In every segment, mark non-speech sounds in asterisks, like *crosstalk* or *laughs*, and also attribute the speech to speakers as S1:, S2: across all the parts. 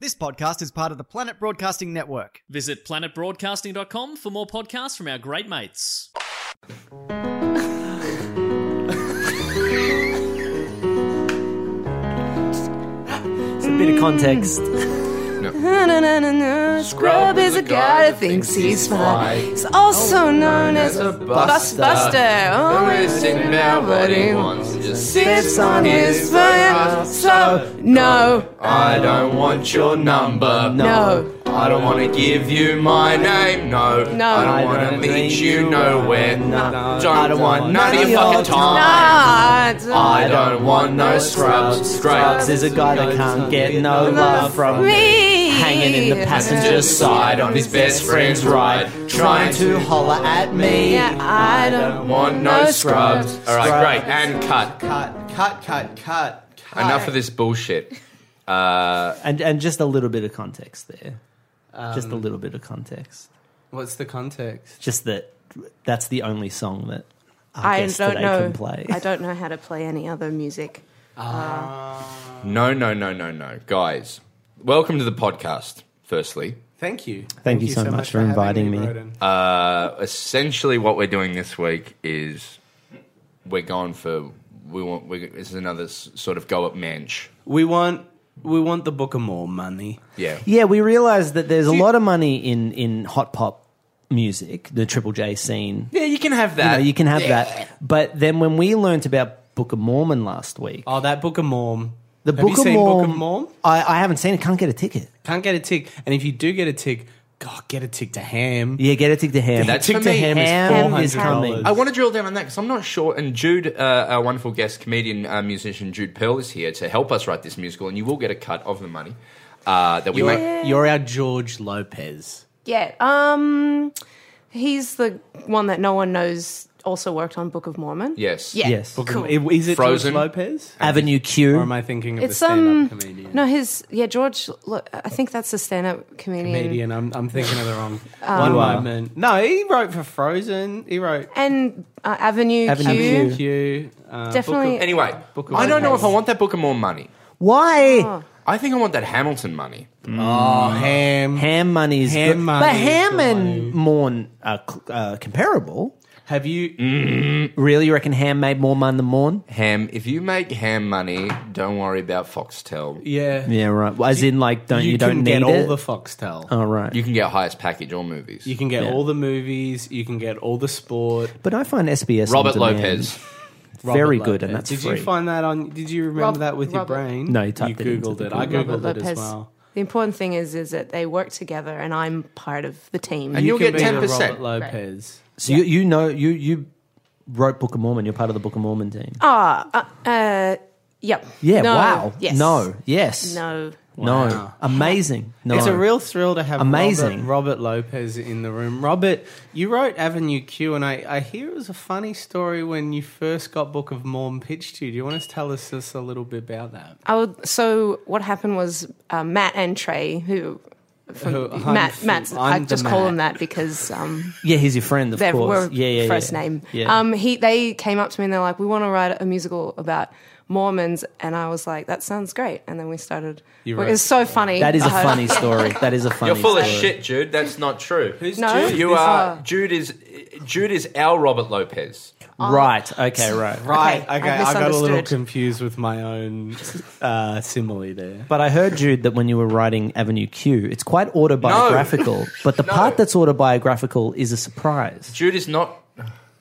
S1: This podcast is part of the Planet Broadcasting Network.
S2: Visit planetbroadcasting.com for more podcasts from our great mates.
S3: It's a bit of context.
S4: Na-na-na-na-na. Scrub is a guy that thinks he's fly. He's also known as a bus buster. Always in now, but he wants to just sits on his phone. So, no,
S5: I don't want your number.
S4: no,
S5: I don't want to give you my name. No.
S4: No.
S5: I
S4: I
S5: don't want to
S3: don't
S5: lead
S3: need
S5: you
S3: you
S5: nowhere.
S3: on- No.
S5: Don't
S3: I don't
S5: want
S3: want
S5: none of your fucking time.
S4: not.
S5: I don't want no scrubs.
S3: Scrubs
S5: Scrubs
S3: is a guy that can't get no love from
S4: Me.
S3: Hanging in the passenger
S5: side on his best friend's ride, trying to
S3: holler at me.
S4: Yeah, I don't
S5: want no scrubs. All right, great. And cut.
S6: Cut, cut, cut, cut. cut.
S5: Enough of this bullshit.
S3: And and just a little bit of context there. just a
S6: Um,
S3: little bit of context.
S6: What's the context?
S3: Just that that's the only song that our
S4: I
S3: guest
S4: don't
S3: today
S4: know.
S3: can play.
S4: I don't know how to play any other music.
S5: No, no, no, no, no. Guys, welcome to the podcast, firstly.
S6: Thank you. Thank,
S3: you so much for
S6: having
S3: inviting me.
S6: Roden.
S5: essentially what we're doing this week is we're going for we want we, this is another s- sort of go up manch
S6: we want we want the Booker more money.
S5: yeah
S3: Yeah, we realised that there's a lot of money in, in hot pop music, the Triple J scene.
S5: yeah you can have
S3: You, know,
S5: that
S3: you can have that. But then when we learnt about Book of Mormon last week,
S6: Oh, that Booker Morm.
S3: the
S6: Have
S3: Book,
S6: you
S3: of
S6: seen
S3: Mormon,
S6: Book of Mormon?
S3: I, I haven't seen it, can't get a ticket.
S6: Can't get a tick. And if you do get a tick, God, get a tick to ham.
S3: Yeah, get a tick to ham.
S5: That tick to ham
S6: is
S3: is
S6: $400.
S3: coming.
S5: I want to drill down on that because I'm not sure. And Jude, uh, our wonderful guest comedian, uh, musician Jude Pearl, is here to help us write this musical, and you will get a cut of the money uh, that we
S6: You're,
S5: make.
S6: you're our George Lopez.
S4: Yeah, um, he's the one that no one knows also worked on Book of Mormon.
S5: Yes.
S4: Yeah.
S3: Yes.
S4: Cool.
S6: Is it
S5: Frozen.
S6: George Lopez?
S3: Avenue
S6: Or am
S3: Q.
S6: I thinking of
S4: It's
S6: the stand-up
S4: um,
S6: comedian?
S4: No, his yeah, George. Look, I think that's the stand-up comedian.
S6: comedian. I'm, I'm thinking of the wrong
S4: Uh,
S6: one
S3: You are.
S6: moment. No, he wrote for Frozen. He wrote
S4: and uh, Avenue,
S3: Avenue
S4: Q.
S3: Q.
S6: Q. Uh,
S4: Definitely.
S6: Book
S5: Anyway,
S6: Book of
S5: I don't know if
S6: Mormon.
S5: I want that book of more money.
S3: Why?
S6: Oh.
S5: I think I want that Hamilton money.
S6: of Ham.
S3: Ham money is
S6: Ham
S3: good.
S6: money
S3: but
S6: is
S3: ham
S6: good
S3: and morn are cl- uh, comparable.
S6: Have you?
S5: Mm.
S3: Really, you reckon ham made more money than morn?
S5: Ham, if you make ham money, don't worry about Foxtel.
S6: Yeah.
S3: Yeah, right. Well, As in, like, don't you,
S6: You,
S3: don't
S6: can get
S3: need
S6: all
S3: it?
S6: the Foxtel.
S3: oh, right.
S5: You can get highest package or movies.
S6: you can get
S3: Yeah.
S6: all the movies. You can get all the sport.
S3: but I find SBS on
S5: Robert
S3: demand
S5: Lopez.
S3: very
S6: Robert
S3: good, and that's
S6: Lopez. Did
S3: free.
S6: you find that on? Did you remember
S4: Rob-
S6: that with
S4: Robert-
S6: your brain?
S3: No, you typed it
S6: you
S3: into
S6: googled
S3: the
S6: it. I
S3: Google.
S6: googled
S4: Robert
S6: it as
S4: Lopez.
S6: well.
S4: The important thing is, is that they work together, and I'm part of the team.
S5: And you'll
S6: can
S5: get
S6: be the
S5: 10%.
S6: Robert Lopez.
S3: so you, you know you you wrote Book of Mormon. You're part of the Book of Mormon team.
S4: uh, yep.
S3: yeah.
S4: Oh, No.
S3: Wow.
S4: Yes.
S3: No. Yes.
S4: No.
S3: No. Amazing. No.
S6: It's a real thrill to have
S3: Amazing.
S6: Robert, Robert Lopez in the room. Robert, you wrote Avenue Q, and I, I hear it was a funny story when you first got Book of Mormon pitched to you. Do you want to tell us just a little bit about that?
S4: I would, so what happened was uh, Matt and Trey, who
S6: Who- I'm
S4: Matt,
S6: f-
S4: Matt's,
S6: I'm
S4: I
S6: the
S4: just call him
S6: Matt.
S4: that because um,
S3: Yeah, he's your friend, of
S4: they
S3: course.
S4: were
S3: yeah, yeah,
S4: first
S3: yeah.
S4: name.
S3: Yeah.
S4: Um, he they came up to me and they're like, "We want to write a musical about Mormons," and I was like, "That sounds great." And then we started.
S6: You
S4: well,
S6: wrote-
S4: it was so funny.
S3: that is
S4: *laughs*
S3: a
S4: Uh,
S3: funny story. That is a
S5: *laughs*
S3: funny.
S5: You're full of
S3: story.
S5: shit, Jude. That's not true.
S6: Who's
S4: No.
S6: Jude?
S5: You
S4: This-
S5: are
S4: uh,
S5: Jude is Jude is our Robert Lopez.
S4: Oh.
S3: Right. Okay. Right.
S6: Right,
S4: Okay, I
S6: okay, I got a little
S4: misunderstood.
S6: confused with my own uh, simile there.
S3: But I heard Jude that when you were writing Avenue Q, it's quite autobiographical.
S5: *laughs*
S3: But the part that's autobiographical is a surprise.
S5: Jude is not.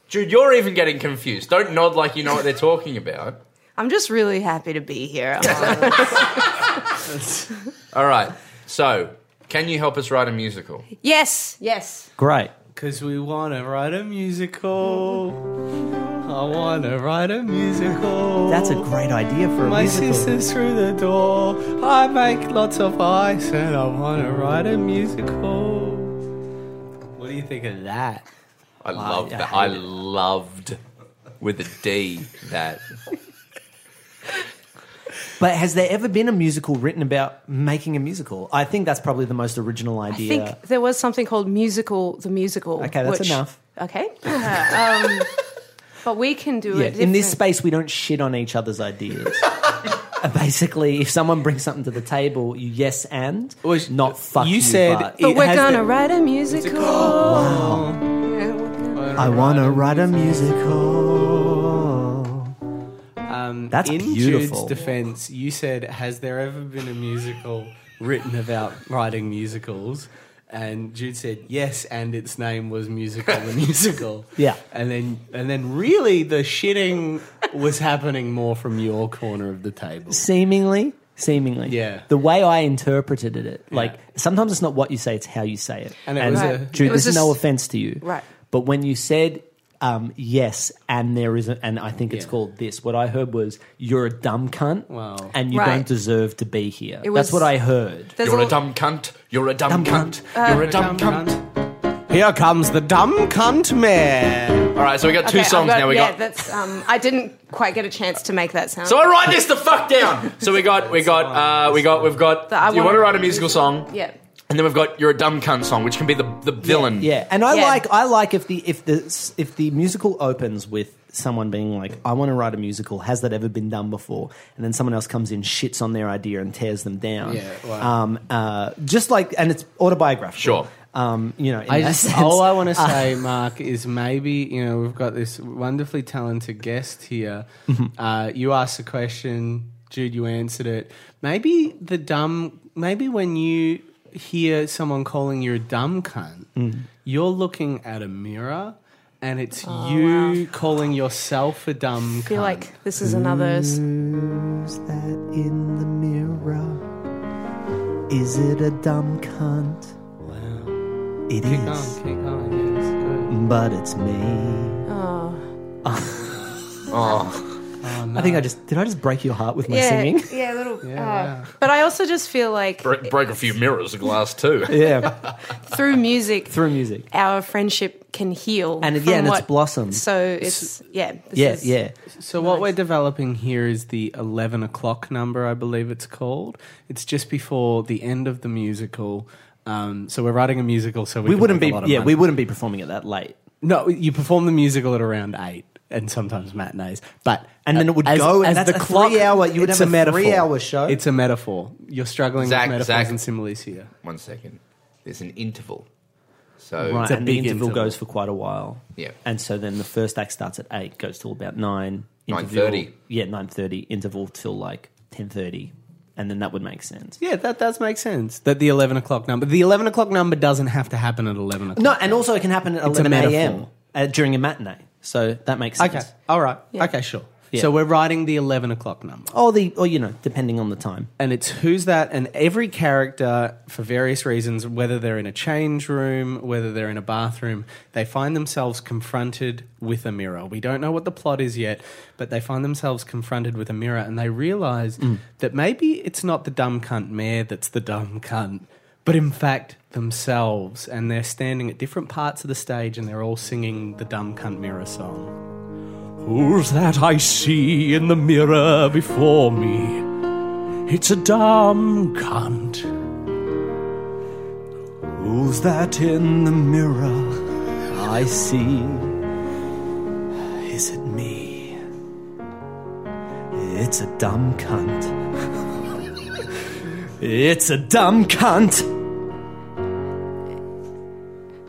S5: Jude, you're even getting confused. Don't nod like you know what they're talking about.
S4: I'm just really happy to be here.
S3: *laughs*
S4: I'm like,
S5: All right. So, can you help us write a musical?
S4: yes, yes.
S3: Great.
S6: Because we want to write a musical. I want to write a musical.
S3: That's a great idea for a
S6: My
S3: musical.
S6: sister's through the door. I make lots of ice and I want to write a musical. What do you think of that?
S5: I love
S3: I
S5: that.
S3: hate
S5: I
S3: it.
S5: loved with a D that.
S3: But has there ever been a musical written about making a musical? I think that's probably the most original
S4: I
S3: idea.
S4: think there was something called Musical the Musical.
S3: Okay, that's
S4: which-
S3: enough.
S4: Okay. Yeah, um, *laughs* but we can do
S3: yeah.
S4: it
S3: In this
S4: different. *laughs*
S3: space, we don't shit on each other's ideas. Uh, basically, if someone brings something to the table, you yes and
S6: Well,
S3: not fuck.
S6: you
S3: You,
S6: said
S3: but.
S6: it-
S4: But we're
S6: has
S4: gonna
S6: the-
S4: write a musical. Yeah, we're gonna-
S3: I wanna write a musical.
S6: Um,
S3: That's
S6: in Jude's
S3: beautiful.
S6: defense, you said, "Has there ever been a musical written about writing musicals?" And Jude said, "Yes," and its name was Musical the Musical.
S3: *laughs* Yeah.
S6: and then and then really the shitting was happening more from your corner of the table.
S3: Seemingly, seemingly,
S6: Yeah.
S3: The way I interpreted it, like
S6: Yeah.
S3: sometimes it's not what you say; it's how you say it.
S6: And it was a-
S4: Right.
S3: Jude,
S4: It was
S3: there's no
S4: just-
S3: offense to you,
S4: Right.
S3: But when you said um, yes, and there isn't, and I think it's
S6: Yeah.
S3: called this. What I heard was you're a dumb cunt,
S6: Wow.
S3: and you
S4: Right.
S3: don't deserve to be here.
S4: It
S3: That's
S4: was-
S3: what I heard.
S4: There's
S5: You're
S4: a-
S5: a dumb cunt. You're a dumb,
S3: Dumb
S5: cunt. You're
S6: Uh,
S5: a dumb cunt.
S6: Here comes the dumb cunt man.
S5: All right, so we got two
S4: Okay, I've
S5: songs now. We
S4: yeah,
S5: got.
S4: that's. Um, I didn't quite get a chance to make that sound.
S5: So I write this the fuck down. So we got, we got, uh, we got, we've got.
S4: The I
S5: you
S4: Wanna
S5: want to
S4: Write
S5: write
S4: a
S5: a musical song,
S4: yeah.
S5: and then we've got "You're a Dumb Cunt" song, which can be the the villain.
S3: Yeah, and I
S4: Yeah.
S3: like I like if the if the if the musical opens with someone being like, "I want to write a musical. Has that ever been done before?" And then someone else comes in, shits on their idea, and tears them down.
S6: Yeah, wow.
S3: um, uh, just like and it's autobiographical.
S5: Sure.
S3: um, you know, in
S6: I
S3: that
S6: just,
S3: sense.
S6: all I
S3: *laughs*
S4: *laughs*
S6: want to
S4: Uh.
S6: say, Mark, is maybe you know we've got this wonderfully talented guest here.
S4: Mm-hmm.
S6: Uh, you asked a question, Jude, you answered it. Maybe the dumb, maybe when you hear someone calling you a dumb cunt,
S4: Mm.
S6: you're looking at a mirror. And it's you calling yourself a dumb
S4: I Oh, feel
S6: cunt.
S4: like this is another. s-
S3: Mm, Who's that in the mirror? Is it a dumb cunt?
S6: wow.
S3: It
S6: Keep
S3: is,
S6: going, keep going. Yeah, it's
S3: but it's me.
S5: Oh,
S3: I think I just did. I just break your heart with my
S4: Yeah,
S6: *laughs*
S3: singing.
S4: yeah, a little.
S6: Yeah,
S4: uh,
S6: wow.
S4: But I also just feel like
S5: break, break a few mirrors of glass too.
S3: *laughs* yeah,
S4: through music,
S3: through music.
S4: our friendship can heal.
S3: And
S4: from
S3: again, it's
S4: what-
S3: blossomed.
S4: So it's yeah. This
S3: Yeah,
S4: is-
S3: yeah.
S6: good. So what we're developing here is the eleven o'clock number, I believe it's called. It's just before the end of the musical. Um, so we're writing a musical, so we,
S3: We
S6: can
S3: wouldn't
S6: make
S3: be.
S6: a lot of
S3: Yeah,
S6: money.
S3: we wouldn't be performing it that late.
S6: No, you perform the musical at around eight, and sometimes matinees. But
S3: And then it would go, and that's a three-hour- you would
S6: it's
S3: have a
S6: metaphor.
S3: three-hour show.
S6: It's a metaphor. You're struggling
S5: Zach,
S6: with metaphors
S5: Zach.
S6: and similes here.
S5: One second. There's an interval. So
S3: Right,
S6: a
S3: and
S6: big
S3: the interval,
S6: interval.
S3: goes for quite a while.
S5: Yeah.
S3: and so then the first act starts at eight, goes till about nine. interval-
S5: 9:30.
S3: Yeah, nine thirty. Interval till like ten thirty, and then that would make sense.
S6: Yeah, that does make sense. That the eleven o'clock number. The eleven o'clock number doesn't have to happen at eleven o'clock.
S3: No, and also it can happen at
S6: It's a
S3: eleven a.m.
S6: metaphor.
S3: Uh, during a matinee. So that makes sense.
S6: Okay. All right. Okay. Sure.
S3: Yeah.
S6: So we're writing the eleven o'clock number,
S3: Or the, or you know, depending on the time.
S6: and it's who's that, and every character, for various reasons, whether they're in a change room, whether they're in a bathroom, they find themselves confronted with a mirror. We don't know what the plot is yet, but they find themselves confronted with a mirror, and they realize
S3: Mm.
S6: that maybe it's not the dumb cunt mayor that's the dumb cunt, but in fact themselves, and they're standing at different parts of the stage, and they're all singing the dumb cunt mirror song. Who's that I see in the mirror before me? It's a dumb cunt.
S3: Who's that in the mirror? I see. Is it me? It's a dumb cunt. *laughs* It's a dumb cunt.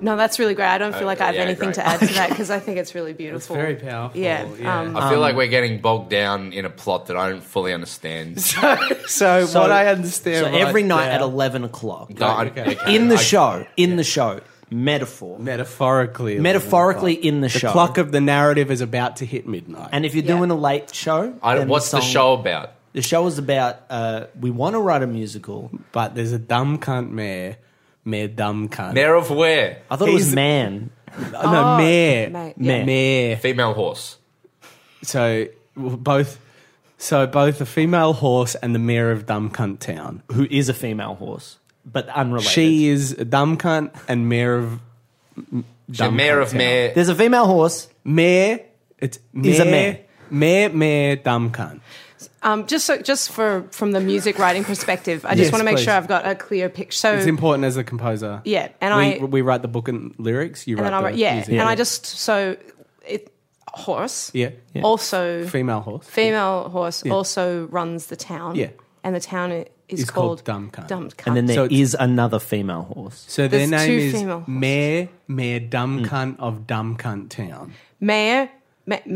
S4: No, that's really great. I don't feel like I have
S5: yeah,
S4: anything
S5: great.
S4: to add to that because I think it's really beautiful.
S6: very powerful,
S4: Yeah.
S6: yeah.
S4: Um,
S5: I feel like we're getting bogged down in a plot that I don't fully understand.
S6: *laughs* So,
S3: So-
S6: what I understand.
S3: So
S6: right
S3: every night
S6: there-
S3: at eleven o'clock,
S5: No, I-
S6: Okay.
S3: in the
S5: I-
S3: show, in the show, metaphor,
S6: metaphorically,
S3: metaphorically in the,
S6: the
S3: show.
S6: clock of the narrative is about to hit midnight.
S3: and if you're
S4: Yeah.
S3: doing a late show,
S5: I
S3: then
S5: don't, what's the
S3: song-
S5: show about?
S3: The show is about uh, we want to write a musical.
S6: but there's a dumb cunt mayor, mayor dumb cunt.
S5: Mayor of where?
S3: I thought it
S6: He's-
S3: was man.
S6: Oh, no,
S4: Oh,
S6: mayor,
S4: mate,
S3: yeah.
S6: mayor.
S5: Female horse.
S6: So w- both, so both the female horse and the mayor of dumb cunt town.
S3: who is a female horse, but unrelated.
S6: She is a dumb cunt and mayor of
S5: The mayor of mayor.
S3: There's a female horse.
S6: mayor. It's mayor,
S3: Is a mayor.
S6: mayor, mayor, dumb cunt.
S4: um, just so, just for from the music writing perspective, I just
S6: Yes,
S4: want to make
S6: please.
S4: sure I've got a clear picture. So
S6: It's important as a composer.
S4: Yeah, and
S6: we,
S4: I-
S6: we write the book and lyrics. You
S4: and
S6: write
S4: then I
S6: the
S4: wrote, yeah,
S6: music.
S4: and I just so it. horse,
S6: Yeah, yeah.
S4: also
S6: female horse.
S4: female horse, also runs the town.
S6: Yeah.
S4: and the town i- is
S6: It's
S4: called,
S6: called Dumb Cunt.
S4: Dumb
S3: And then
S4: Cunt.
S3: there
S6: So
S3: is
S6: it's-
S3: another female horse.
S6: So their
S4: There's
S6: name
S4: two female
S6: is
S4: horses.
S6: Mayor Mayor Dumb Cunt of Dumb Cunt Town.
S4: Mayor, ma- ma-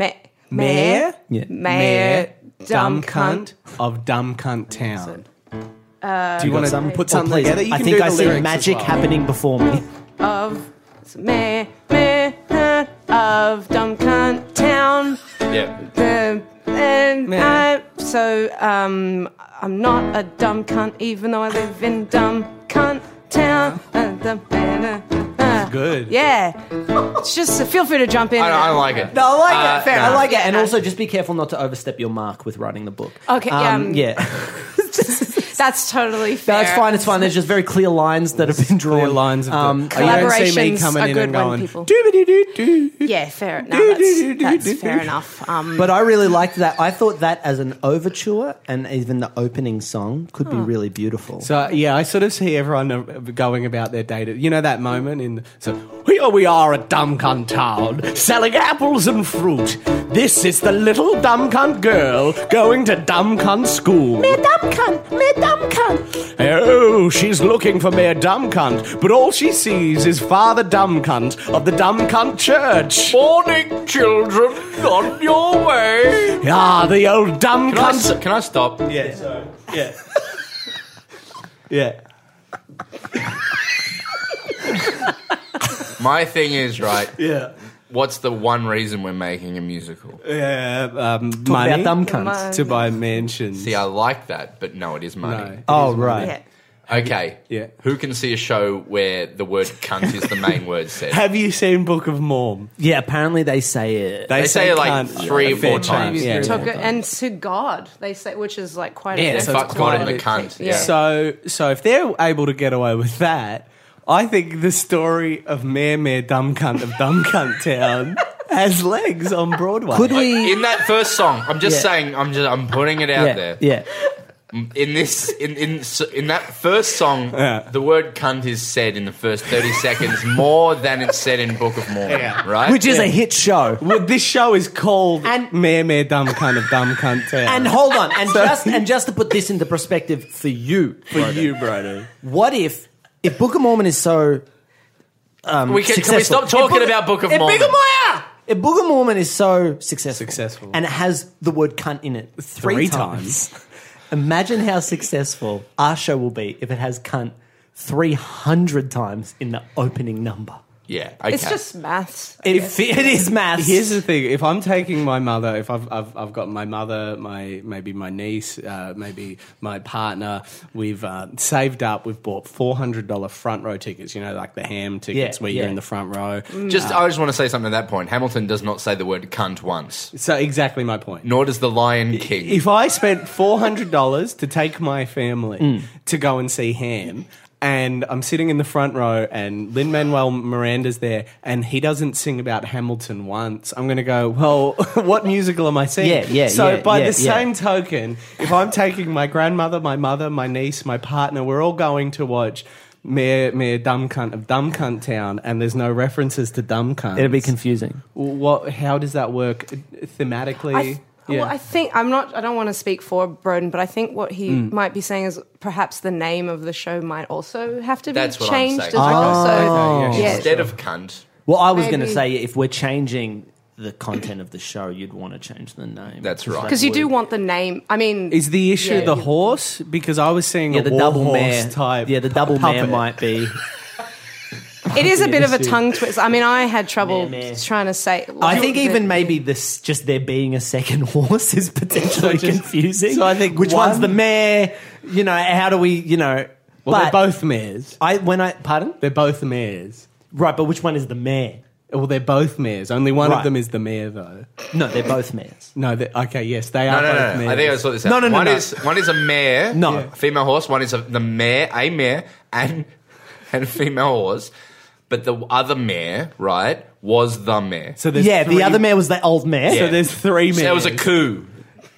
S6: Mayor?
S4: mayor,
S3: Yeah.
S4: mayor, dumb, cunt.
S6: of Dumb Cunt Town. Do you want to
S3: Some-
S6: put
S3: oh,
S6: something
S3: please.
S6: together? You
S3: I
S6: can
S3: think
S6: do
S3: I
S6: the
S3: see
S6: lyrics as
S3: magic
S6: well.
S3: happening
S6: *laughs*
S3: before me.
S4: of mayor, mayor uh, of Dumb Cunt Town.
S5: Yeah.
S4: Uh, and
S6: Meh.
S4: I, so um, I'm not a dumb cunt, even though I live in dumb cunt town. Uh, the- uh, uh,
S6: Good.
S4: Yeah, it's just uh, feel free to jump in.
S5: I, I like it.
S3: No, I like
S5: Uh,
S3: it. Fair.
S5: no.
S3: I like it. And
S4: Yeah.
S3: also, just be careful not to overstep your mark with writing the book.
S4: Okay, um,
S3: yeah. *laughs*
S4: That's totally fair.
S3: No, it's fine. It's fine. There's just very clear lines that have been drawn.
S6: Clear lines of
S3: Um,
S6: the, I don't see me
S4: collaborations
S6: coming
S4: are
S6: in
S4: good
S6: and
S4: when
S6: going.
S4: people-
S6: "Doobity-doo-doo."
S4: Yeah, fair. No, that's,
S5: *laughs*
S4: that's fair enough. Um,
S3: but I really liked that. I thought that as an overture and even the opening song could be really beautiful.
S6: So yeah, I sort of see everyone uh, going about their day. To, you know that moment in so here we are at Dumb Cunt Town selling apples and fruit. This is the little dumb cunt girl going to dumb cunt school. Mayor dumb cunt, mayor dumb cunt. Oh, she's looking for mayor dumb cunt, but all she sees is Father Dumb Cunt of the Dumb Cunt Church.
S5: Morning, children, on your way.
S6: Ah, the old dumb
S5: Can I,
S6: cunt.
S5: s- can I stop?
S6: Yeah. Yeah. *laughs* yeah.
S5: My thing is, right,
S6: Yeah.
S5: what's the one reason we're making a musical?
S6: Yeah. Um,
S3: Talk
S6: money
S3: about dumb cunts.
S6: to buy mansions.
S5: See, I like that, but no, it is money.
S6: No.
S3: Oh right.
S4: yeah.
S5: Okay.
S6: Yeah.
S5: Who can see a show where the word cunt is the main word said?
S6: Have you seen Book of Mormon?
S3: Yeah. Apparently they say it.
S5: They say it like
S6: cunt
S5: three
S6: a
S5: or
S6: fair
S5: four
S6: chunk.
S5: times.
S6: Yeah.
S4: Talk- and to God, they say, which is like quite.
S6: Yeah,
S4: a
S6: so
S5: Fuck
S6: it's
S5: God in
S6: quite
S5: the cunt. Yeah.
S6: So, so if they're able to get away with that, I think the story of Mayor Mayor Dumb Cunt of Dumb Cunt Town has legs on Broadway.
S3: Could we?
S5: in that first song, I'm just
S3: Yeah.
S5: saying, I'm just, I'm putting it out
S3: Yeah.
S5: there.
S3: Yeah.
S5: In this, in in s- in that first song,
S6: Yeah.
S5: the word cunt is said in the first 30 seconds more than it's said in Book of Mormon, right?
S3: Which is a hit show.
S6: Well, this show is called
S3: And-
S6: Mayor Mayor Dumb Cunt of Dumb Cunt Town.
S3: And hold on,
S6: *laughs*
S3: and just and just to put this into perspective for you,
S6: for you, Brodo.
S3: what if if Book of Mormon is so
S5: we can, can we
S3: successful.
S5: stop talking
S3: If Book-
S5: about Book of
S3: if
S5: Mormon?
S3: Book of Mormon- If Book of Mormon is so successful,
S6: Successful.
S3: and it has the word cunt in it three,
S6: Three
S3: times, imagine how successful our show will be if it has cunt three hundred times in the opening number.
S5: yeah, okay.
S4: It's just maths.
S3: If it is maths,
S6: Here's the thing: if I'm taking my mother, if I've I've, I've got my mother, my maybe my niece, uh, maybe my partner, we've uh, saved up, we've bought four hundred dollar front row tickets. You know, like the ham tickets
S3: Yeah,
S6: where
S3: yeah.
S6: you're in the front row.
S5: Just, I just want to say something at that point. Hamilton does not say the word cunt once,
S6: So exactly my point.
S5: nor does the Lion King.
S6: If I spent four hundred dollars to take my family
S3: Mm.
S6: to go and see Ham, and I'm sitting in the front row, and Lin Manuel Miranda's there, and he doesn't sing about Hamilton once, I'm going to go, well, *laughs* what musical am I seeing?
S3: Yeah, yeah,
S6: So
S3: yeah,
S6: by
S3: yeah,
S6: the
S3: yeah.
S6: same token, if I'm taking my grandmother, my mother, my niece, my partner, we're all going to watch. Mayor, Mayor Dumb Cunt of Dumb Cunt Town, and there's no references to Dumb Cunt.
S3: it'll be confusing.
S6: What? How does that work uh, thematically?
S4: I th- Well, I think I'm not. I don't want to speak for Broden, but I think what he might be saying is perhaps the name of the show might also have to be
S5: That's what I'm
S4: changed
S5: saying.
S4: as well. So
S6: Okay, yeah,
S4: yeah,
S5: Instead of cunt,
S3: Well, I was going to
S4: Maybe-
S3: say if we're changing the content of the show, you'd want to change the name.
S5: That's
S3: Because
S5: right.
S3: that
S4: because you do
S3: would-
S4: want the name. I mean,
S6: Is the issue
S4: Yeah.
S6: the horse? Because I was seeing
S3: yeah,
S6: a
S3: the
S6: war
S3: double
S6: horse
S3: mare
S6: type.
S3: Yeah, the double mare
S6: puppet.
S3: might be.
S4: it is a bit of a
S6: issue.
S4: tongue twist. I mean, I had trouble
S3: Meh, meh.
S4: trying to say.
S3: I think
S4: the-
S3: even maybe this just there being a second *laughs* horse is potentially
S6: So just-
S3: confusing.
S6: so I think
S3: which
S6: one-
S3: one's the mare? You know, how do we? You know,
S6: Well,
S3: but
S6: they're both mares.
S3: I when I pardon
S6: They're both mares.
S3: right, but which one is the mare?
S6: Well, they're both mares. Only one
S3: Right.
S6: of them is the mare, though.
S3: No, they're both mares.
S6: No, they- okay, yes, they
S5: No,
S6: are
S5: no,
S6: both
S5: no,
S6: mares.
S5: no. I think I saw this. Out.
S3: No, no, no,
S5: One
S3: no.
S5: is one is a mare,
S3: No.
S5: a female horse. One is a, the mare, a mare, and *laughs* and a female horse. But the other mare, right, was the mare. So
S6: so there's
S3: yeah,
S6: three-
S3: the other mare was the old mare.
S6: So there's three mares.
S5: there was a coup.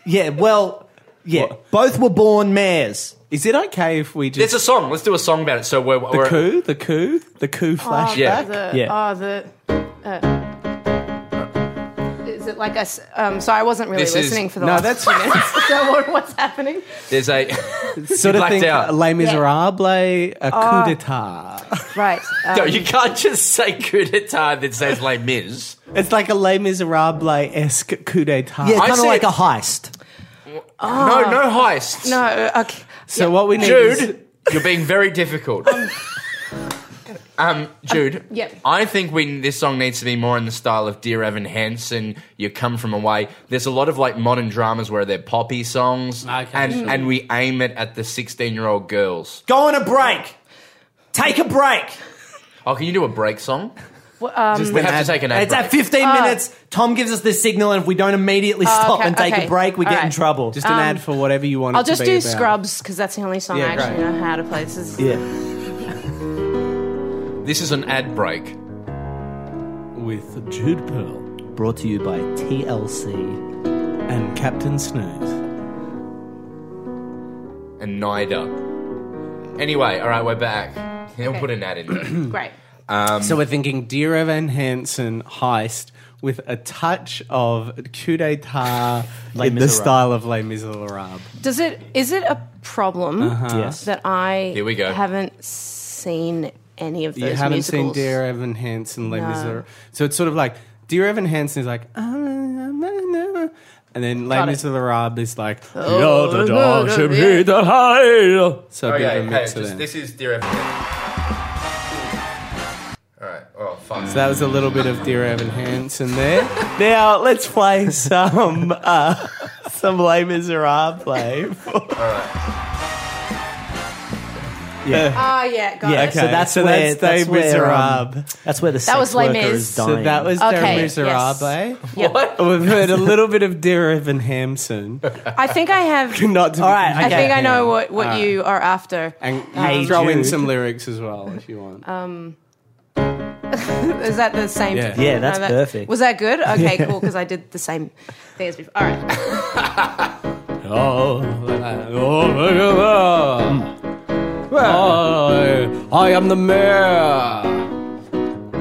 S3: Yeah, well, yeah,
S6: What?
S3: both were born mares.
S6: Is it okay if we just
S5: It's a song. Let's do a song about it. So we're,
S6: the
S5: we're
S6: coup, the coup, the coup
S4: Oh,
S6: flashback?
S5: Yeah.
S4: The,
S3: Yeah.
S4: Oh, the. Uh, it's Is it like a? s- Um, so I wasn't really
S5: This is-
S4: listening for the
S6: No,
S4: last
S6: that's-
S4: two minutes. *laughs* Is that what- what's happening?
S5: There's a *laughs*
S6: Sort of
S5: blacked
S6: think
S5: out. Oh.
S6: Les Miserables, a coup d'état.
S4: Right. Um,
S5: *laughs* no. You can't just say *laughs* coup d'état that says Les Mis.
S6: It's like a Les Miserables esque coup d'état.
S3: Yeah,
S5: I
S3: kind of
S5: see
S3: like
S5: it-
S3: a heist.
S5: no, no heists.
S4: no. Okay.
S6: So what we need is
S5: Jude, you're being very difficult. Um, Jude,
S4: yep.
S5: I think we this song needs to be more in the style of Dear Evan Hansen, You Come From Away. There's a lot of like modern dramas where they're poppy songs,
S2: Okay,
S5: and
S2: sure.
S5: and we aim it at the 16 year old girls.
S3: Go on a break. Take a break.
S5: Oh, can you do a break song?
S4: Well, um,
S5: we have to take an ad
S3: It's
S5: break.
S3: at 15 minutes. Tom gives us this signal, and if we don't immediately stop
S4: Oh. okay,
S3: and take
S4: okay.
S3: a break, we
S4: All
S3: get in
S4: right.
S3: trouble.
S6: just an ad for whatever you want.
S4: I'll
S6: it to
S4: just
S6: be
S4: do
S6: about.
S4: Scrubs because that's the only song
S6: Yeah,
S4: I actually
S6: great.
S4: know how to play. This is
S3: yeah.
S5: This is an ad break.
S6: with Jude Pearl
S3: Brought to you by TLC.
S6: and Captain Snooze.
S5: and NIDA. Anyway, all right, we're back. He'll put an ad in there.
S4: great.
S6: so we're thinking Dear Evan Hansen heist with a touch of coup d'état
S3: Les
S6: in the
S3: Miserables.
S6: style of Les Miserables.
S4: Does it? Is it a problem
S6: Uh-huh.
S3: Yes.
S4: that I
S5: Here we go.
S4: haven't seen any of those
S6: You haven't seen
S4: musicals?
S6: Dear Evan Hansen, Les
S4: No.
S6: Miserables. So it's sort of like Dear Evan Hansen is like, "Ah, "I'm a- I'm a- I'm a-" and then Les
S4: Got it.
S6: Miserables is like,
S4: Oh,
S6: "You're the
S4: no,
S6: dog
S4: no,
S6: to
S4: yeah." Oh,
S6: me the high." So a bit
S5: Okay,
S6: of a
S5: Oh, hey,
S6: mix of
S5: just,
S6: them.
S5: this is Dear Evan. All right. Oh fuck.
S6: So that was a little bit of Dear Evan Hansen there. now let's play some *laughs* uh, some Les Miserables. Play.
S4: Oh yeah, got
S3: Yeah,
S4: it.
S3: okay. So that's where- that's where, um, That's where the sex
S4: was Les
S3: worker
S4: Mis.
S3: is dying.
S6: so that was
S4: Okay,
S6: Dear
S4: yes.
S6: Miserables. eh?
S4: Yep.
S6: We've heard a little bit of Dear
S4: *laughs*
S6: Evan Hansen.
S4: I think I have.
S6: Not to
S3: All right,
S4: I
S3: okay.
S4: think I know what, what you are after.
S6: And you
S3: Hey,
S6: can throw in
S3: Jude.
S6: some lyrics as well if you want.
S4: Is that the same?
S6: Yeah.
S3: Yeah, that's
S4: that-
S3: perfect.
S4: Was that
S6: *laughs*
S4: good? Okay, cool. Because I did the same thing as before. All right.
S6: Oh, oh, my God. I, I am the mayor.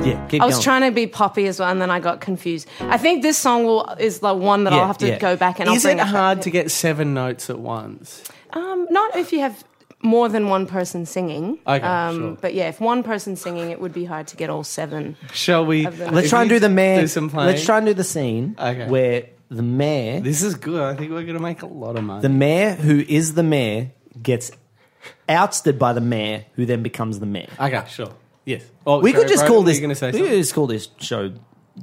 S3: yeah, keep
S4: I was
S3: going.
S4: trying to be poppy as well, and then I got confused. I think this song will is the one that
S3: Yeah,
S4: I'll have to
S3: yeah.
S4: go back and.
S6: Is
S4: I'll
S6: it
S4: bring back.
S6: hard to get seven notes at once?
S4: Um, not if you have more than one person singing.
S6: Okay,
S4: um,
S6: sure.
S4: But yeah, if one person singing, it would be hard to get all seven.
S6: Shall we?
S4: Of the
S3: Let's
S4: If
S3: try and do the mayor.
S6: Do some playing.
S3: Let's try and do the scene
S6: Okay.
S3: where the mayor,
S6: This is good. I think we're going to make a lot of money.
S3: the mayor who is the mayor, gets ousted by the mayor, who then becomes the mayor.
S6: okay, sure. Yes. Oh,
S3: we
S6: sorry,
S3: could just
S6: Broden,
S3: call
S6: were you
S3: this.
S6: Gonna say
S3: we could
S6: something?
S3: just call this show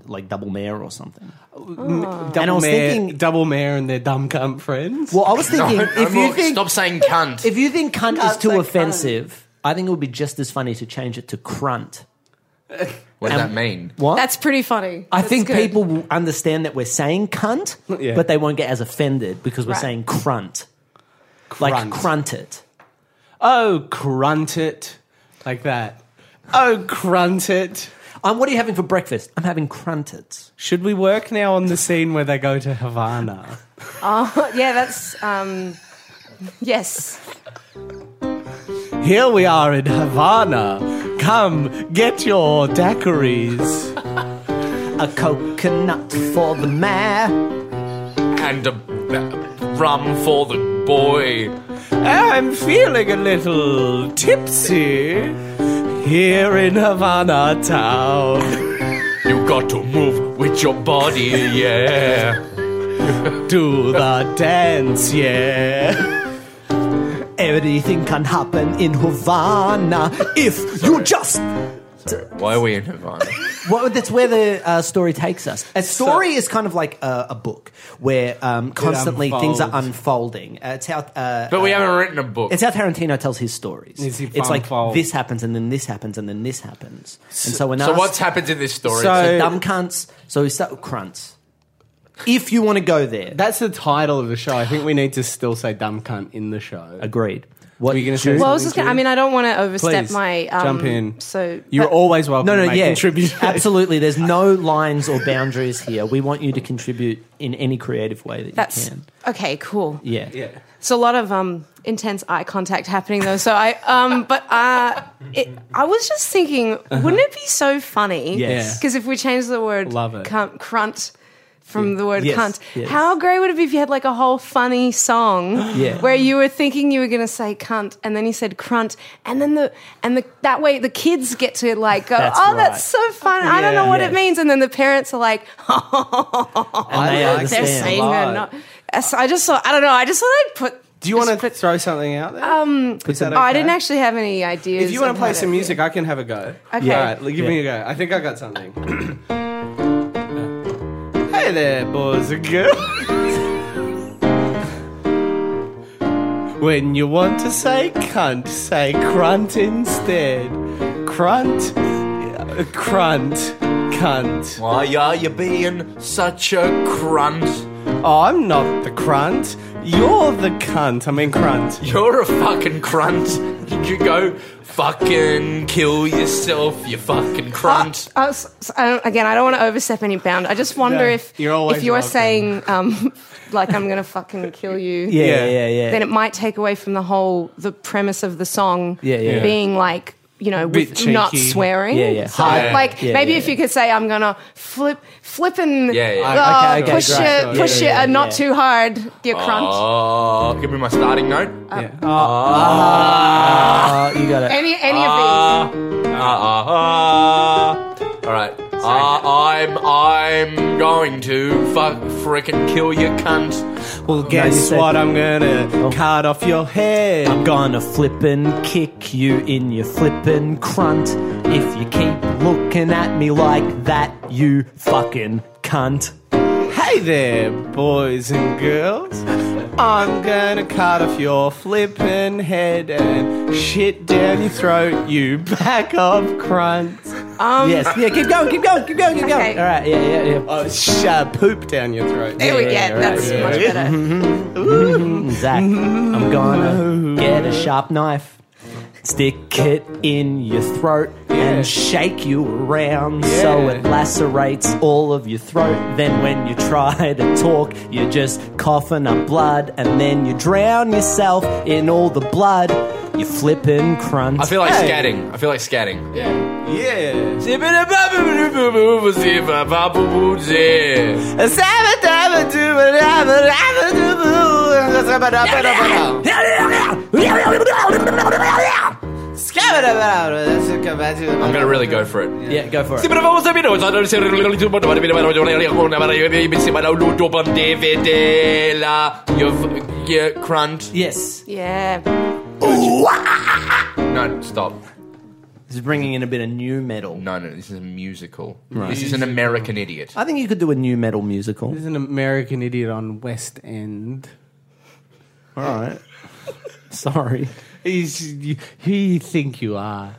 S3: like double mayor or something.
S6: double
S3: And I was
S6: mayor,
S3: thinking-
S6: double mayor and their dumb cunt friends.
S3: Well,
S6: *laughs*
S3: I was thinking
S5: No, no
S3: if
S5: more.
S3: you think
S5: Stop saying cunt.
S3: if you think cunt is
S6: say
S3: too
S6: cunt.
S3: offensive, I think it would be just as funny to change it to crunt.
S5: what does
S6: Um,
S5: that mean?
S3: What?
S4: That's pretty funny.
S3: I
S4: That's
S3: think
S4: good.
S3: people will understand that we're saying cunt,
S6: *laughs* Yeah.
S3: but they won't get as offended because we're
S4: Right.
S3: saying crunt. Like
S6: Crunt.
S3: crunt it.
S6: Oh, crunt it like that. Oh, crunt it.
S3: Um, what are you having for breakfast? I'm having cruntets.
S6: Should we work now on the scene where they go to Havana?
S4: yeah, that's um, yes.
S6: Here we are in Havana. Come, get your daiquiris.
S3: A coconut for the mayor.
S5: And a b- uh, rum for the boy.
S6: Ah, I'm feeling a little tipsy here in Havana town.
S5: You got to move with your body, yeah.
S6: Do the dance, yeah.
S3: Everything can happen in Havana if you just.
S5: Why are we in Havana?
S3: Well, that's where the uh, story takes us. A story is kind of like a, a book where um, constantly things are
S6: unfolds.
S3: unfolding. Uh, it's how uh,
S5: But we haven't written a book.
S3: It's how Tarantino tells his stories.
S6: Is he
S3: it's like
S6: unfold?
S3: this happens and then this happens and then this happens. and so when
S5: so
S3: asked-
S5: what's happened in this story?
S6: So-
S3: so dumb cunts. So we start with crunts. If you want to go there,
S6: That's the title of the show. I think we need to still say dumb cunt in the show.
S3: agreed. What
S6: Were you gonna say
S3: Jude-
S4: Well, I was just. Gonna, I mean, I don't want to overstep
S6: Please,
S4: my um,
S6: jump in.
S4: So
S6: You're
S4: but-
S6: always welcome
S3: no, no,
S6: to make
S3: yeah,
S6: contributions.
S3: absolutely. There's no lines or boundaries here. We want you to contribute in any creative way that
S4: That's
S3: you can.
S4: okay. Cool.
S3: Yeah,
S6: Yeah.
S4: It's a lot of um, intense eye contact happening though. So I, um, but uh, it, I was just thinking, wouldn't it be so funny?
S3: Uh-huh. Yes.
S4: Because if we change the word
S6: Love it.
S4: cunt, crunt from the word
S3: Yes,
S4: cunt.
S3: yes.
S4: How great would it be if you had like a whole funny song
S3: *gasps* Yeah.
S4: where you were thinking you were going to say cunt and then you said crunt and then the and the that way the kids get to like go,
S3: That's
S4: "Oh,
S3: right.
S4: that's so fun. I don't
S3: Yeah.
S4: know what it
S3: Yes.
S4: means." And then the parents are like, *laughs* "Oh,
S3: And they
S6: like
S4: "They're
S3: understand.
S4: saying
S6: a lot.
S4: that." Not. Yes, I just thought I don't know. I just thought I'd put
S6: Do you want to
S4: just put-
S6: throw something out there? Um, Is that
S4: Oh, I didn't
S6: okay?
S4: actually have any ideas.
S6: If you want to
S4: of
S6: play
S4: what
S6: some
S4: it-
S6: music, I can have a go.
S4: Okay.
S6: All right, give me a go. I think I got something. *clears throat* hey there, boys and girls. *laughs* when you want to say cunt, say crunt instead. Crunt, uh, crunt, cunt.
S5: Why are you being such a crunt?
S6: Oh, I'm not the crunt. You're the cunt. I mean crunt.
S5: You're a fucking crunt. You go fucking kill yourself, you fucking crunt.
S4: I was- so I don't, again, I don't want to overstep any bound. I just wonder
S6: No,
S4: if
S6: you're always
S4: if you're
S6: welcome.
S4: saying um, *laughs* like I'm going to fucking kill you,
S3: *laughs* Yeah,
S6: Yeah.
S3: yeah, yeah. yeah.
S4: then it might take away from the whole the premise of the song
S3: Yeah, yeah.
S4: being like you know
S6: Bit
S4: with not
S6: cheeky.
S4: swearing.
S3: Yeah, yeah.
S4: So,
S6: Yeah.
S4: Like
S3: Yeah,
S4: maybe
S3: yeah,
S4: if you could say I'm going to flip flipping
S5: Yeah, yeah.
S4: oh,
S6: Okay, okay,
S4: push
S6: great.
S4: it
S6: Yeah,
S4: push
S3: yeah,
S4: it
S3: yeah,
S4: uh, not
S3: yeah.
S4: too hard, you crunt.
S5: Oh, give me my starting note.
S6: Yeah.
S3: Oh, you got it.
S4: Any any of
S5: Ah, ah, ah, ah. All right. Ah, I'm I'm going to fuck frickin' kill you, cunt.
S6: Well,
S3: you
S6: guess
S3: said-
S6: what? I'm gonna cut off your head.
S3: I'm gonna flip and kick you in your flippin' crunt. If you keep looking at me like that, you fucking cunt.
S6: Hey there, boys and girls. I'm gonna cut off your flippin' head and shit down your throat, you back off crunt.
S4: these. Um,
S3: Yes, yeah, keep going, keep going, keep going, keep going.
S4: Okay.
S3: All right, yeah, yeah, yeah.
S6: Oh, sh- uh, poop down your throat.
S4: There we go.
S3: yeah, Mm-hmm. right,
S4: That's
S6: yeah.
S4: much better.
S5: *laughs*
S3: Zach, I'm gonna get a sharp knife, stick it in your throat,
S6: Yeah.
S3: and shake you around so
S6: Yeah.
S3: it lacerates all of your throat. Then when you try to talk, you're just coughing up blood, and then you drown yourself in all the blood. You flippin' crunt.
S5: I feel like
S6: Hey.
S5: scatting. I feel like scatting.
S6: Yeah.
S5: Yeah. I'm gonna really go for it.
S3: yeah, go for it.
S5: You've yeah, crunt.
S3: Yes,
S4: Yeah.
S5: No, stop.
S3: this is bringing in a bit of new metal.
S5: No, no, this is a musical. This is an American idiot.
S3: I think you could do a new metal musical.
S6: There's an American idiot on West End.
S3: All right. *laughs* Sorry.
S6: He's, you, who you think you are?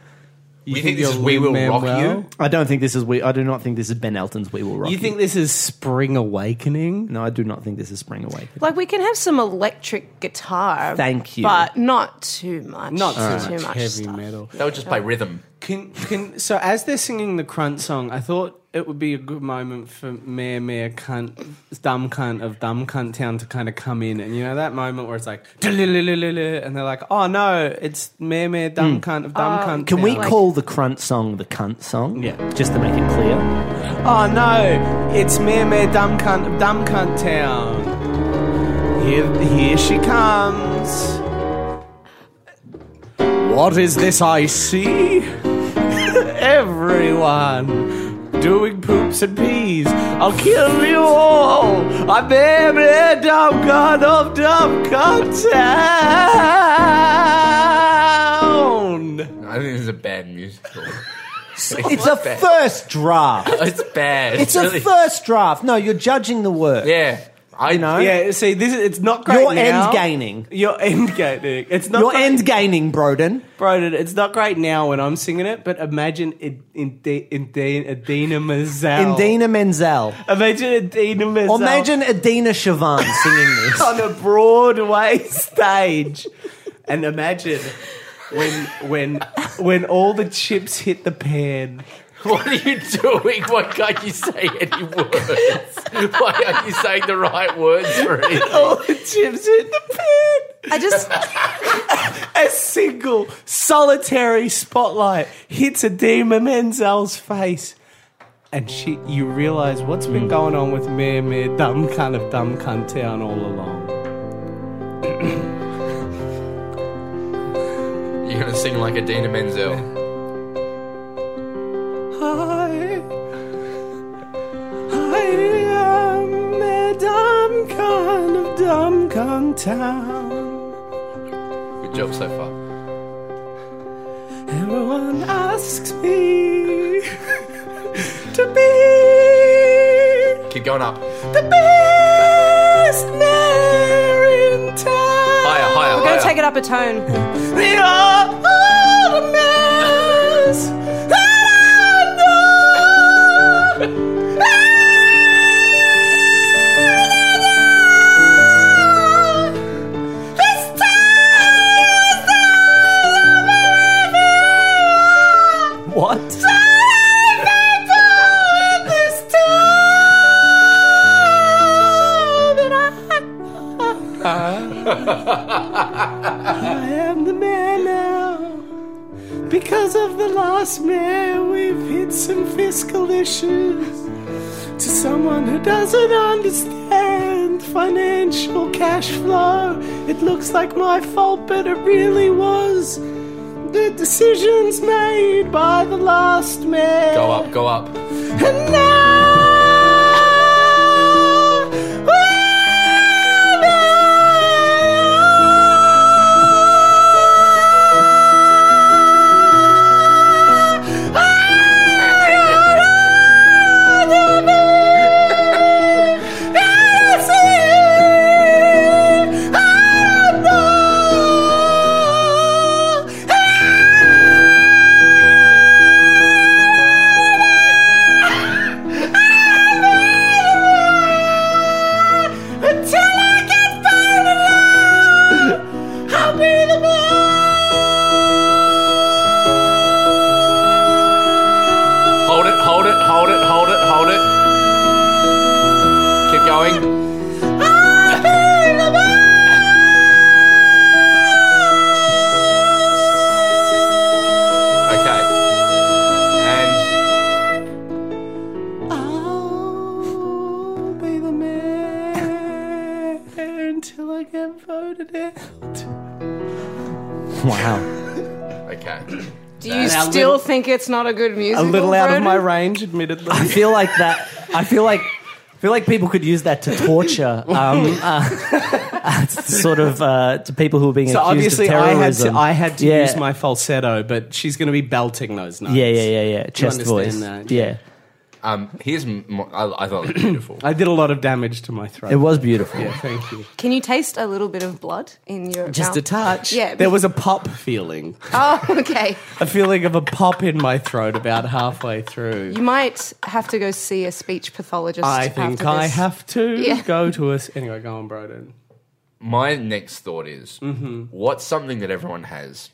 S6: You,
S5: think this is
S6: you're
S5: We Will Rock
S6: Lin-Manuel?
S5: You?
S3: I don't think this is. We. I do not think this is Ben Elton's "We Will Rock."
S6: You think this is Spring Awakening?
S3: No, I do not think this is Spring Awakening.
S4: Like we can have some electric guitar.
S3: Thank you.
S4: But not too much.
S6: Not so
S4: too much
S6: heavy
S4: stuff.
S6: metal.
S5: They'll just play rhythm.
S6: Can can so as they're singing the crunt song, I thought it would be a good moment for Mayor Mayor Cunt Dumb Cunt of Dumb Cunt Town to kind of come in, and you know that moment where it's like "Dululululu," and they're like, oh no, it's Mayor Mayor Dumb Cunt of Dumb Cunt.
S3: Can we
S6: Town."
S3: call the crunt song the cunt song?
S6: Yeah.
S3: Just to make it clear.
S6: Oh no, it's Mayor Mayor Dumb Cunt of Dumb Cunt Town. Here, here she comes. What is this I see? *laughs* Everyone doing poops and peas. I'll kill you all. I'm Mayor Mayor Dumb Cunt of Dumb Cunt Town.
S5: I think this is a bad
S3: *laughs*
S5: musical.
S3: It's a
S5: bad.
S3: first
S6: *laughs*
S3: draft.
S5: it's bad.
S3: It's a
S5: really-
S3: first draft. No, you're judging the work.
S5: Yeah. I know.
S6: Yeah, see, this is, it's not great
S3: You're
S6: now.
S3: end gaining.
S6: Your end gaining. It's not
S3: You're
S6: great,
S3: end gaining, Broden.
S6: Broden, It's not great now when I'm singing it, but imagine it, in, in, in, Adina Mazel.
S3: Indina Menzel.
S6: Imagine Adina Mazel.
S3: Or imagine Adina Siobhan singing
S6: *laughs*
S3: this.
S6: on a Broadway stage, and imagine when when when all the chips hit the pan.
S5: *laughs* What are you doing? Why can't you say any words? Why aren't you saying the right words for it?
S6: All the chips hit the pan.
S4: I just
S6: A single solitary spotlight hits Adina Menzel's face. and she, you realize what's been going on with Mare Mare, dumb cunt of dumb cunt town all along.
S5: You're gonna sing like Adina Menzel.
S6: I, I am a dumb cunt of dumb cunt town.
S5: Good job so far.
S6: Everyone asks me *laughs* to be
S5: Keep going up.
S6: the best mayor in town.
S5: Higher, higher,
S4: We're going
S5: higher.
S4: to take it up a
S3: *laughs*
S4: tone.
S6: They are all the mares that I know. This town is all
S3: What?
S6: I've ever in this town, and I- I am the man now. Because of the last mayor, we've hit some fiscal issues. To someone who doesn't understand financial cash flow, it looks like my fault, but it really was the decisions made by the last mayor.
S5: Go up, go up.
S6: And now Until I get voted out, I'll be the man.
S5: Hold it, hold it, hold it, hold it, hold it. Keep going.
S6: I'll be the man.
S5: Okay. And
S6: I'll be the man until I get voted out.
S3: Wow.
S5: okay.
S4: Do you
S2: Now,
S4: still
S2: little-
S4: think it's not a good music?
S6: A little out of my range, admittedly.
S3: I feel like that. I feel like. I feel like people could use that to
S6: *laughs*
S3: torture, um, uh, uh, sort of uh, to people who are being
S6: So
S3: accused
S6: obviously,
S3: of
S6: I had to,
S3: terrorism.
S6: I had to
S3: Yeah.
S6: use my falsetto, but she's going to be belting those notes.
S3: yeah, yeah, yeah, yeah, chest voice.
S6: understand that?
S3: Yeah,
S5: Um, here's m- mo- I, I thought it was beautiful. *coughs*
S6: I did a lot of damage to my throat.
S3: it was beautiful.
S6: yeah, thank you.
S4: Can you taste a little bit of blood in your
S3: Just
S4: mouth?
S3: a touch.
S4: Yeah.
S6: There was a pop feeling,
S4: Oh, okay.
S6: a feeling of a pop in my throat about halfway through.
S4: You might have to go see a speech pathologist.
S6: I think
S4: after
S6: I
S4: this.
S6: have to
S4: Yeah.
S6: go to us. Anyway, go on, Broden.
S5: My next thought is, what's something that everyone has?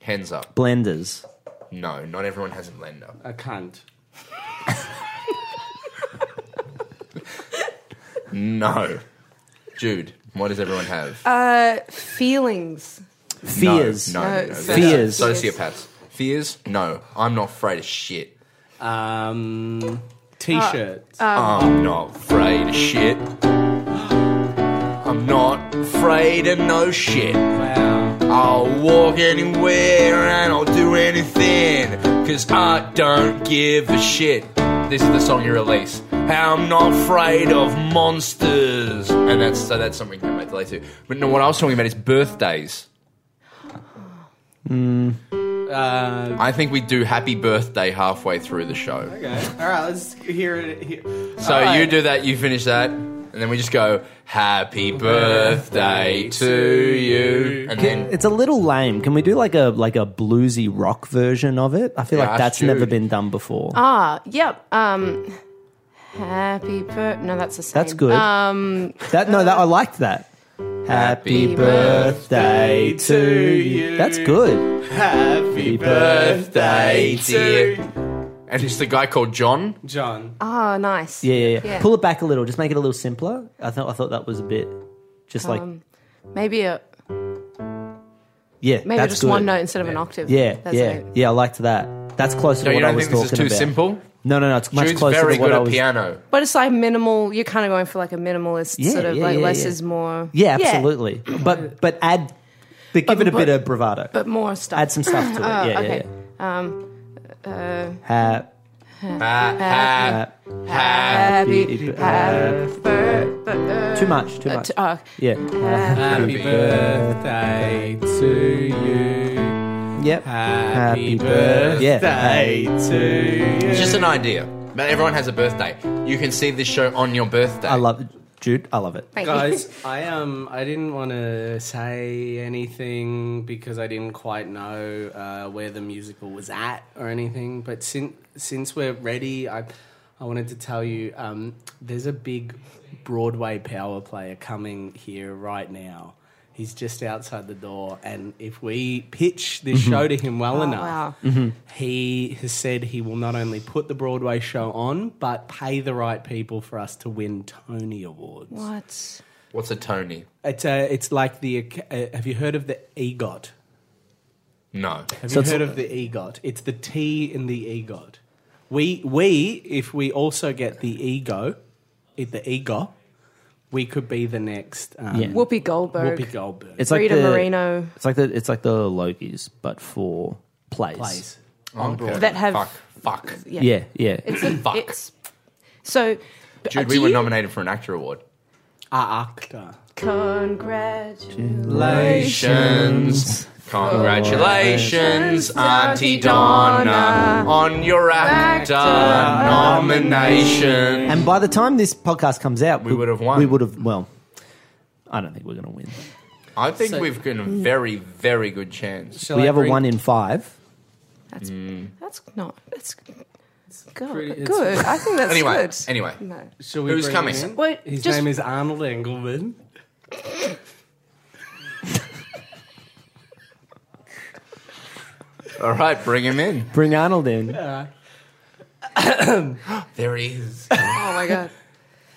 S5: Hands up.
S3: Blenders.
S5: No, not everyone has a blender.
S6: A cunt.
S5: No. Jude, what does everyone have?
S4: Uh, feelings.
S3: Fears.
S5: No, no,
S4: No,
S5: no.
S4: fears.
S5: That's-
S4: Fears.
S5: Sociopaths. Fears? No. I'm not afraid of shit.
S6: Um, Uh, t-shirt.
S5: I'm not afraid of shit. I'm not afraid of no shit.
S6: wow.
S5: I'll walk anywhere and I'll do anything. Cause I don't give a shit. This is the song you release. How I'm not afraid of monsters. And that's so that's something we can make later. But no, what I was talking about is birthdays.
S6: Uh,
S5: I think we do happy birthday halfway through the show.
S6: okay. All right, let's hear it. Here.
S5: So
S6: All right.
S5: you do that, you finish that, and then we just go, Happy birthday to you. And then
S3: It's a little lame. Can we do like a like a bluesy rock version of it? I feel
S5: Yeah,
S3: like
S5: ask
S3: that's
S5: Jude.
S3: never been done before.
S6: Oh,
S4: Ah, yep. Um, happy birth. No, that's the same.
S3: that's good.
S4: Um,
S3: that no, that I liked that. Happy birthday to you. That's good.
S6: Happy
S5: birthday to you. And it's the guy called John.
S6: John.
S4: oh, nice.
S3: Yeah, yeah, yeah.
S4: Yeah.
S3: Pull it back a little. Just make it a little simpler. I thought I thought that was a bit just like
S4: Um, Maybe a
S3: yeah.
S4: maybe
S3: that's
S4: just
S3: good.
S4: one note instead of an octave.
S3: Yeah,
S4: that's
S3: yeah,
S4: it.
S3: yeah. I liked that. That's closer
S5: No,
S3: to
S5: you
S3: what I
S5: don't
S3: was
S5: think this
S3: talking
S5: is too
S3: about.
S5: simple?
S3: No, no, no. It's much
S5: Jude's
S3: closer
S5: very
S3: to what
S5: good
S3: I
S5: at
S3: was.
S5: piano.
S4: But it's like minimal. You're kind of going for like a minimalist
S3: Yeah,
S4: sort of
S3: yeah,
S4: like
S3: yeah,
S4: less
S3: yeah.
S4: is more.
S3: Yeah, absolutely. but but add, but give it a
S4: Uh, but-
S3: bit of bravado.
S4: But more stuff.
S3: add some stuff to it.
S4: *laughs*
S3: yeah,
S4: okay. Um, uh,
S3: yeah, yeah. Um,
S5: Ha, ha, ha.
S4: Happy, happy birthday.
S3: too much, too
S4: Uh,
S3: much.
S4: t- oh,
S3: yeah,
S6: Happy birthday to you.
S3: yep.
S6: Happy
S3: Yeah.
S6: birthday to you.
S5: It's just an idea. But everyone has a birthday. You can see this show on your birthday.
S3: I love Jude. I love it.
S4: thank you. *laughs*
S6: Guys, I um I didn't want to say anything because I didn't quite know uh, where the musical was at or anything. But since since we're ready, I I wanted to tell you um, there's a big Broadway power player coming here right now. He's just outside the door, and if we pitch this show to him well
S4: Oh,
S6: enough,
S4: wow.
S6: he has said he will not only put the Broadway show on, but pay the right people for us to win Tony Awards.
S4: What?
S5: What's a Tony?
S6: It's uh, it's like the. Uh, have you heard of the EGOT?
S5: No.
S6: Have
S3: So
S6: you
S3: it's-
S6: heard of the EGOT? It's the T in the EGOT. We we if we also get the ego, if the ego, we could be the next um,
S3: Yeah.
S4: Whoopi Goldberg.
S6: Whoopi Goldberg.
S3: It's
S4: Rita
S3: like the,
S4: Moreno.
S3: It's like the it's like the Logies, but for plays.
S6: Plays.
S5: On board.
S4: That have-
S5: Fuck. Fuck.
S3: Yeah, yeah.
S4: It's a,
S5: Fuck.
S4: It's, so, uh,
S5: Dude,
S4: do
S5: we were
S4: you-
S5: nominated for an actor award.
S6: Ah, actor.
S4: Congratulations,
S5: Congratulations. Congratulations, Auntie Donna, on your actor nomination.
S3: and by the time this podcast comes out, we
S5: would have won.
S3: We would have. Well, I don't think we're going to win.
S5: I think we've got a very, very good chance.
S6: Shall
S3: we
S6: I
S3: have a
S6: bring-
S3: one in five.
S4: That's, that's not. That's good.
S6: pretty- it's-
S4: good. I think that's
S5: Anyway,
S4: good.
S5: anyway.
S4: No.
S6: shall we
S5: Who's
S6: bring
S5: coming?
S6: him in?
S4: Wait,
S6: His
S4: just-
S6: name is Arnold Engelman.
S5: All right, bring him in.
S3: Bring Arnold in.
S5: There he is.
S4: *laughs* Oh my god.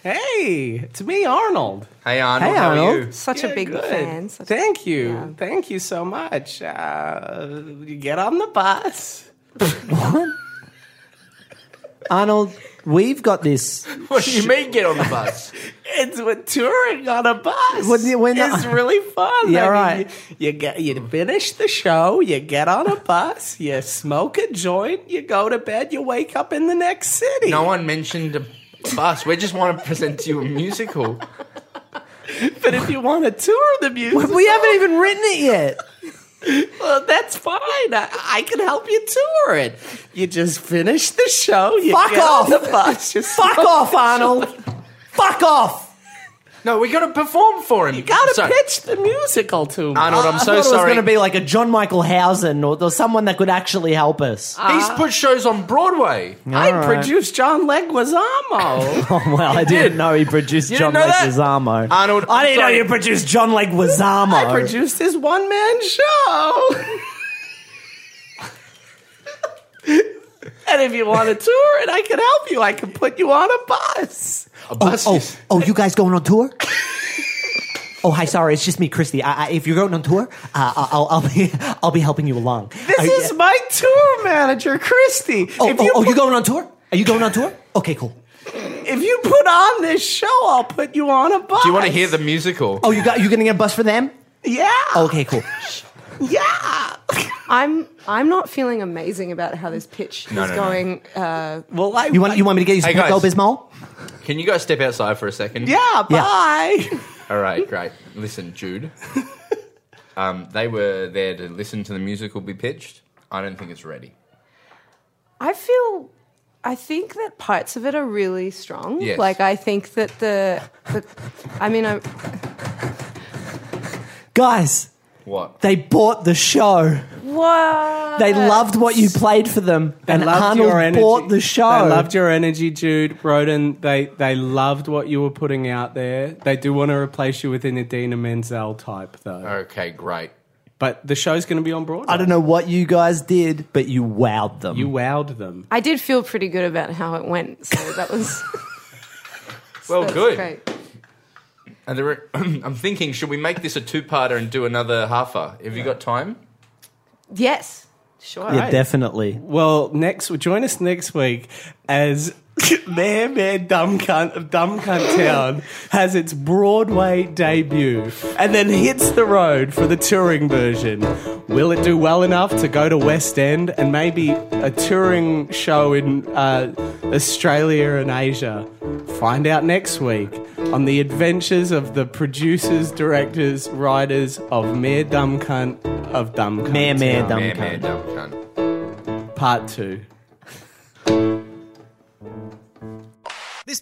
S6: Hey, it's me, Arnold.
S5: Hey, Arnold.
S3: Hey,
S5: how are
S3: Arnold.
S5: you?
S4: Such a
S6: Yeah,
S4: big
S6: good.
S4: fan. Such a,
S6: Thank you.
S4: Yeah.
S6: Thank you so much. Uh, you get on the bus.
S3: Arnold, we've got this.
S5: What do you mean get on the bus?
S6: It's we're touring on a bus.
S3: What do you- we're not-
S6: it's really fun. I
S3: Yeah,
S6: mean,
S3: right.
S6: You, you get you finish the show. You get on a bus. You smoke a joint. You go to bed. You wake up in the next city.
S5: No one mentioned a bus. We just want to present to you a musical.
S6: But if you want to tour
S3: *laughs*
S6: the music,
S3: *laughs* We haven't even written it yet.
S6: well, that's fine. I, I can help you tour it. You just finish the show. You
S3: Fuck
S6: get
S3: off.
S6: on the bus.
S3: *laughs*
S6: You
S3: Fuck off, Arnold. Fuck off.
S5: No, we got to perform for him. You
S6: gotta pitch the musical to me.
S5: Arnold, I'm
S3: I
S5: so
S3: thought it was
S5: sorry.
S3: going to be like a John Michael Housen or, or someone that could actually help us.
S5: He's put shows on Broadway.
S6: I
S3: All right.
S6: produced John Leguizamo.
S3: Oh, *laughs* well, I didn't know he produced
S5: didn't
S3: John
S5: know that?
S3: Leguizamo.
S5: Arnold,
S3: I
S5: I'm
S3: didn't
S5: sorry.
S3: know you produced John Leguizamo.
S6: I produced his one man show. and if you want a tour, and I can help you, I can put you on a bus.
S5: A bus
S3: Oh,
S5: is-
S3: oh, you guys going
S6: *laughs*
S3: on tour? oh, hi, sorry, it's just me, Christy. I, I, if you're going on tour, uh, I- I'll, I'll be, *laughs* I'll be helping you along.
S6: This is my tour manager, Christy.
S3: Oh,
S6: if,
S3: oh,
S6: you
S3: oh,
S6: put,
S3: you going on tour? Are you going on tour? Okay, cool.
S6: if you put on this show, I'll put you on a bus.
S5: Do you want to hear the musical?
S3: Oh, you got, you gonna get a bus for them?
S6: Yeah.
S3: Okay, cool.
S6: Yeah. *laughs*
S4: I'm I'm not feeling amazing about how this pitch
S5: No,
S4: is
S5: no, no.
S4: going. Uh,
S6: Well, I
S3: You want, you want me to get you some
S5: Hey, guys.
S3: Pepto Bismol?
S5: Can you guys step outside for a second?
S6: Yeah.
S3: Yeah.
S6: Bye.
S5: All right, great. Listen,
S3: *laughs*
S5: Jude. um, they were there to listen to the musical be pitched. I don't think it's ready.
S4: I feel I think that parts of it are really strong.
S5: Yes.
S4: Like I think that the, the I mean I
S3: Guys,
S5: What?
S3: they bought the show.
S4: what
S3: They loved what you played for them, and
S6: loved your
S3: Arnold
S6: energy.
S3: bought the show.
S6: They loved your energy, Jude Broden. They they loved what you were putting out there. They do want to replace you with an Adina Menzel type, though.
S5: Okay, great.
S6: But the show's going to be on Broadway.
S3: I don't know what you guys did, but you wowed them.
S6: You wowed them.
S4: I did feel pretty good about how it went. So that was
S5: Well,
S4: that's
S5: Oh, good.
S4: Great.
S5: And there were, *clears throat* I'm thinking, should we make this a two-parter and do another halfer? Have you got time?
S4: Yes. Sure.
S3: Yeah, definitely.
S6: Well, next, join us next week as *laughs* Mayor Mayor Dumb Cunt of Dumb Cunt Town has its Broadway debut and then hits the road for the touring version. Will it do well enough to go to West End and maybe a touring show in uh, Australia and Asia? Find out next week on the adventures of the producers, directors, writers of Mayor Dumb Cunt of Dumb Cunt
S3: Meh, meh,
S6: Town,
S3: dumb
S5: Man, man,
S3: cunt.
S5: dumb cunt.
S6: Part 2.
S1: This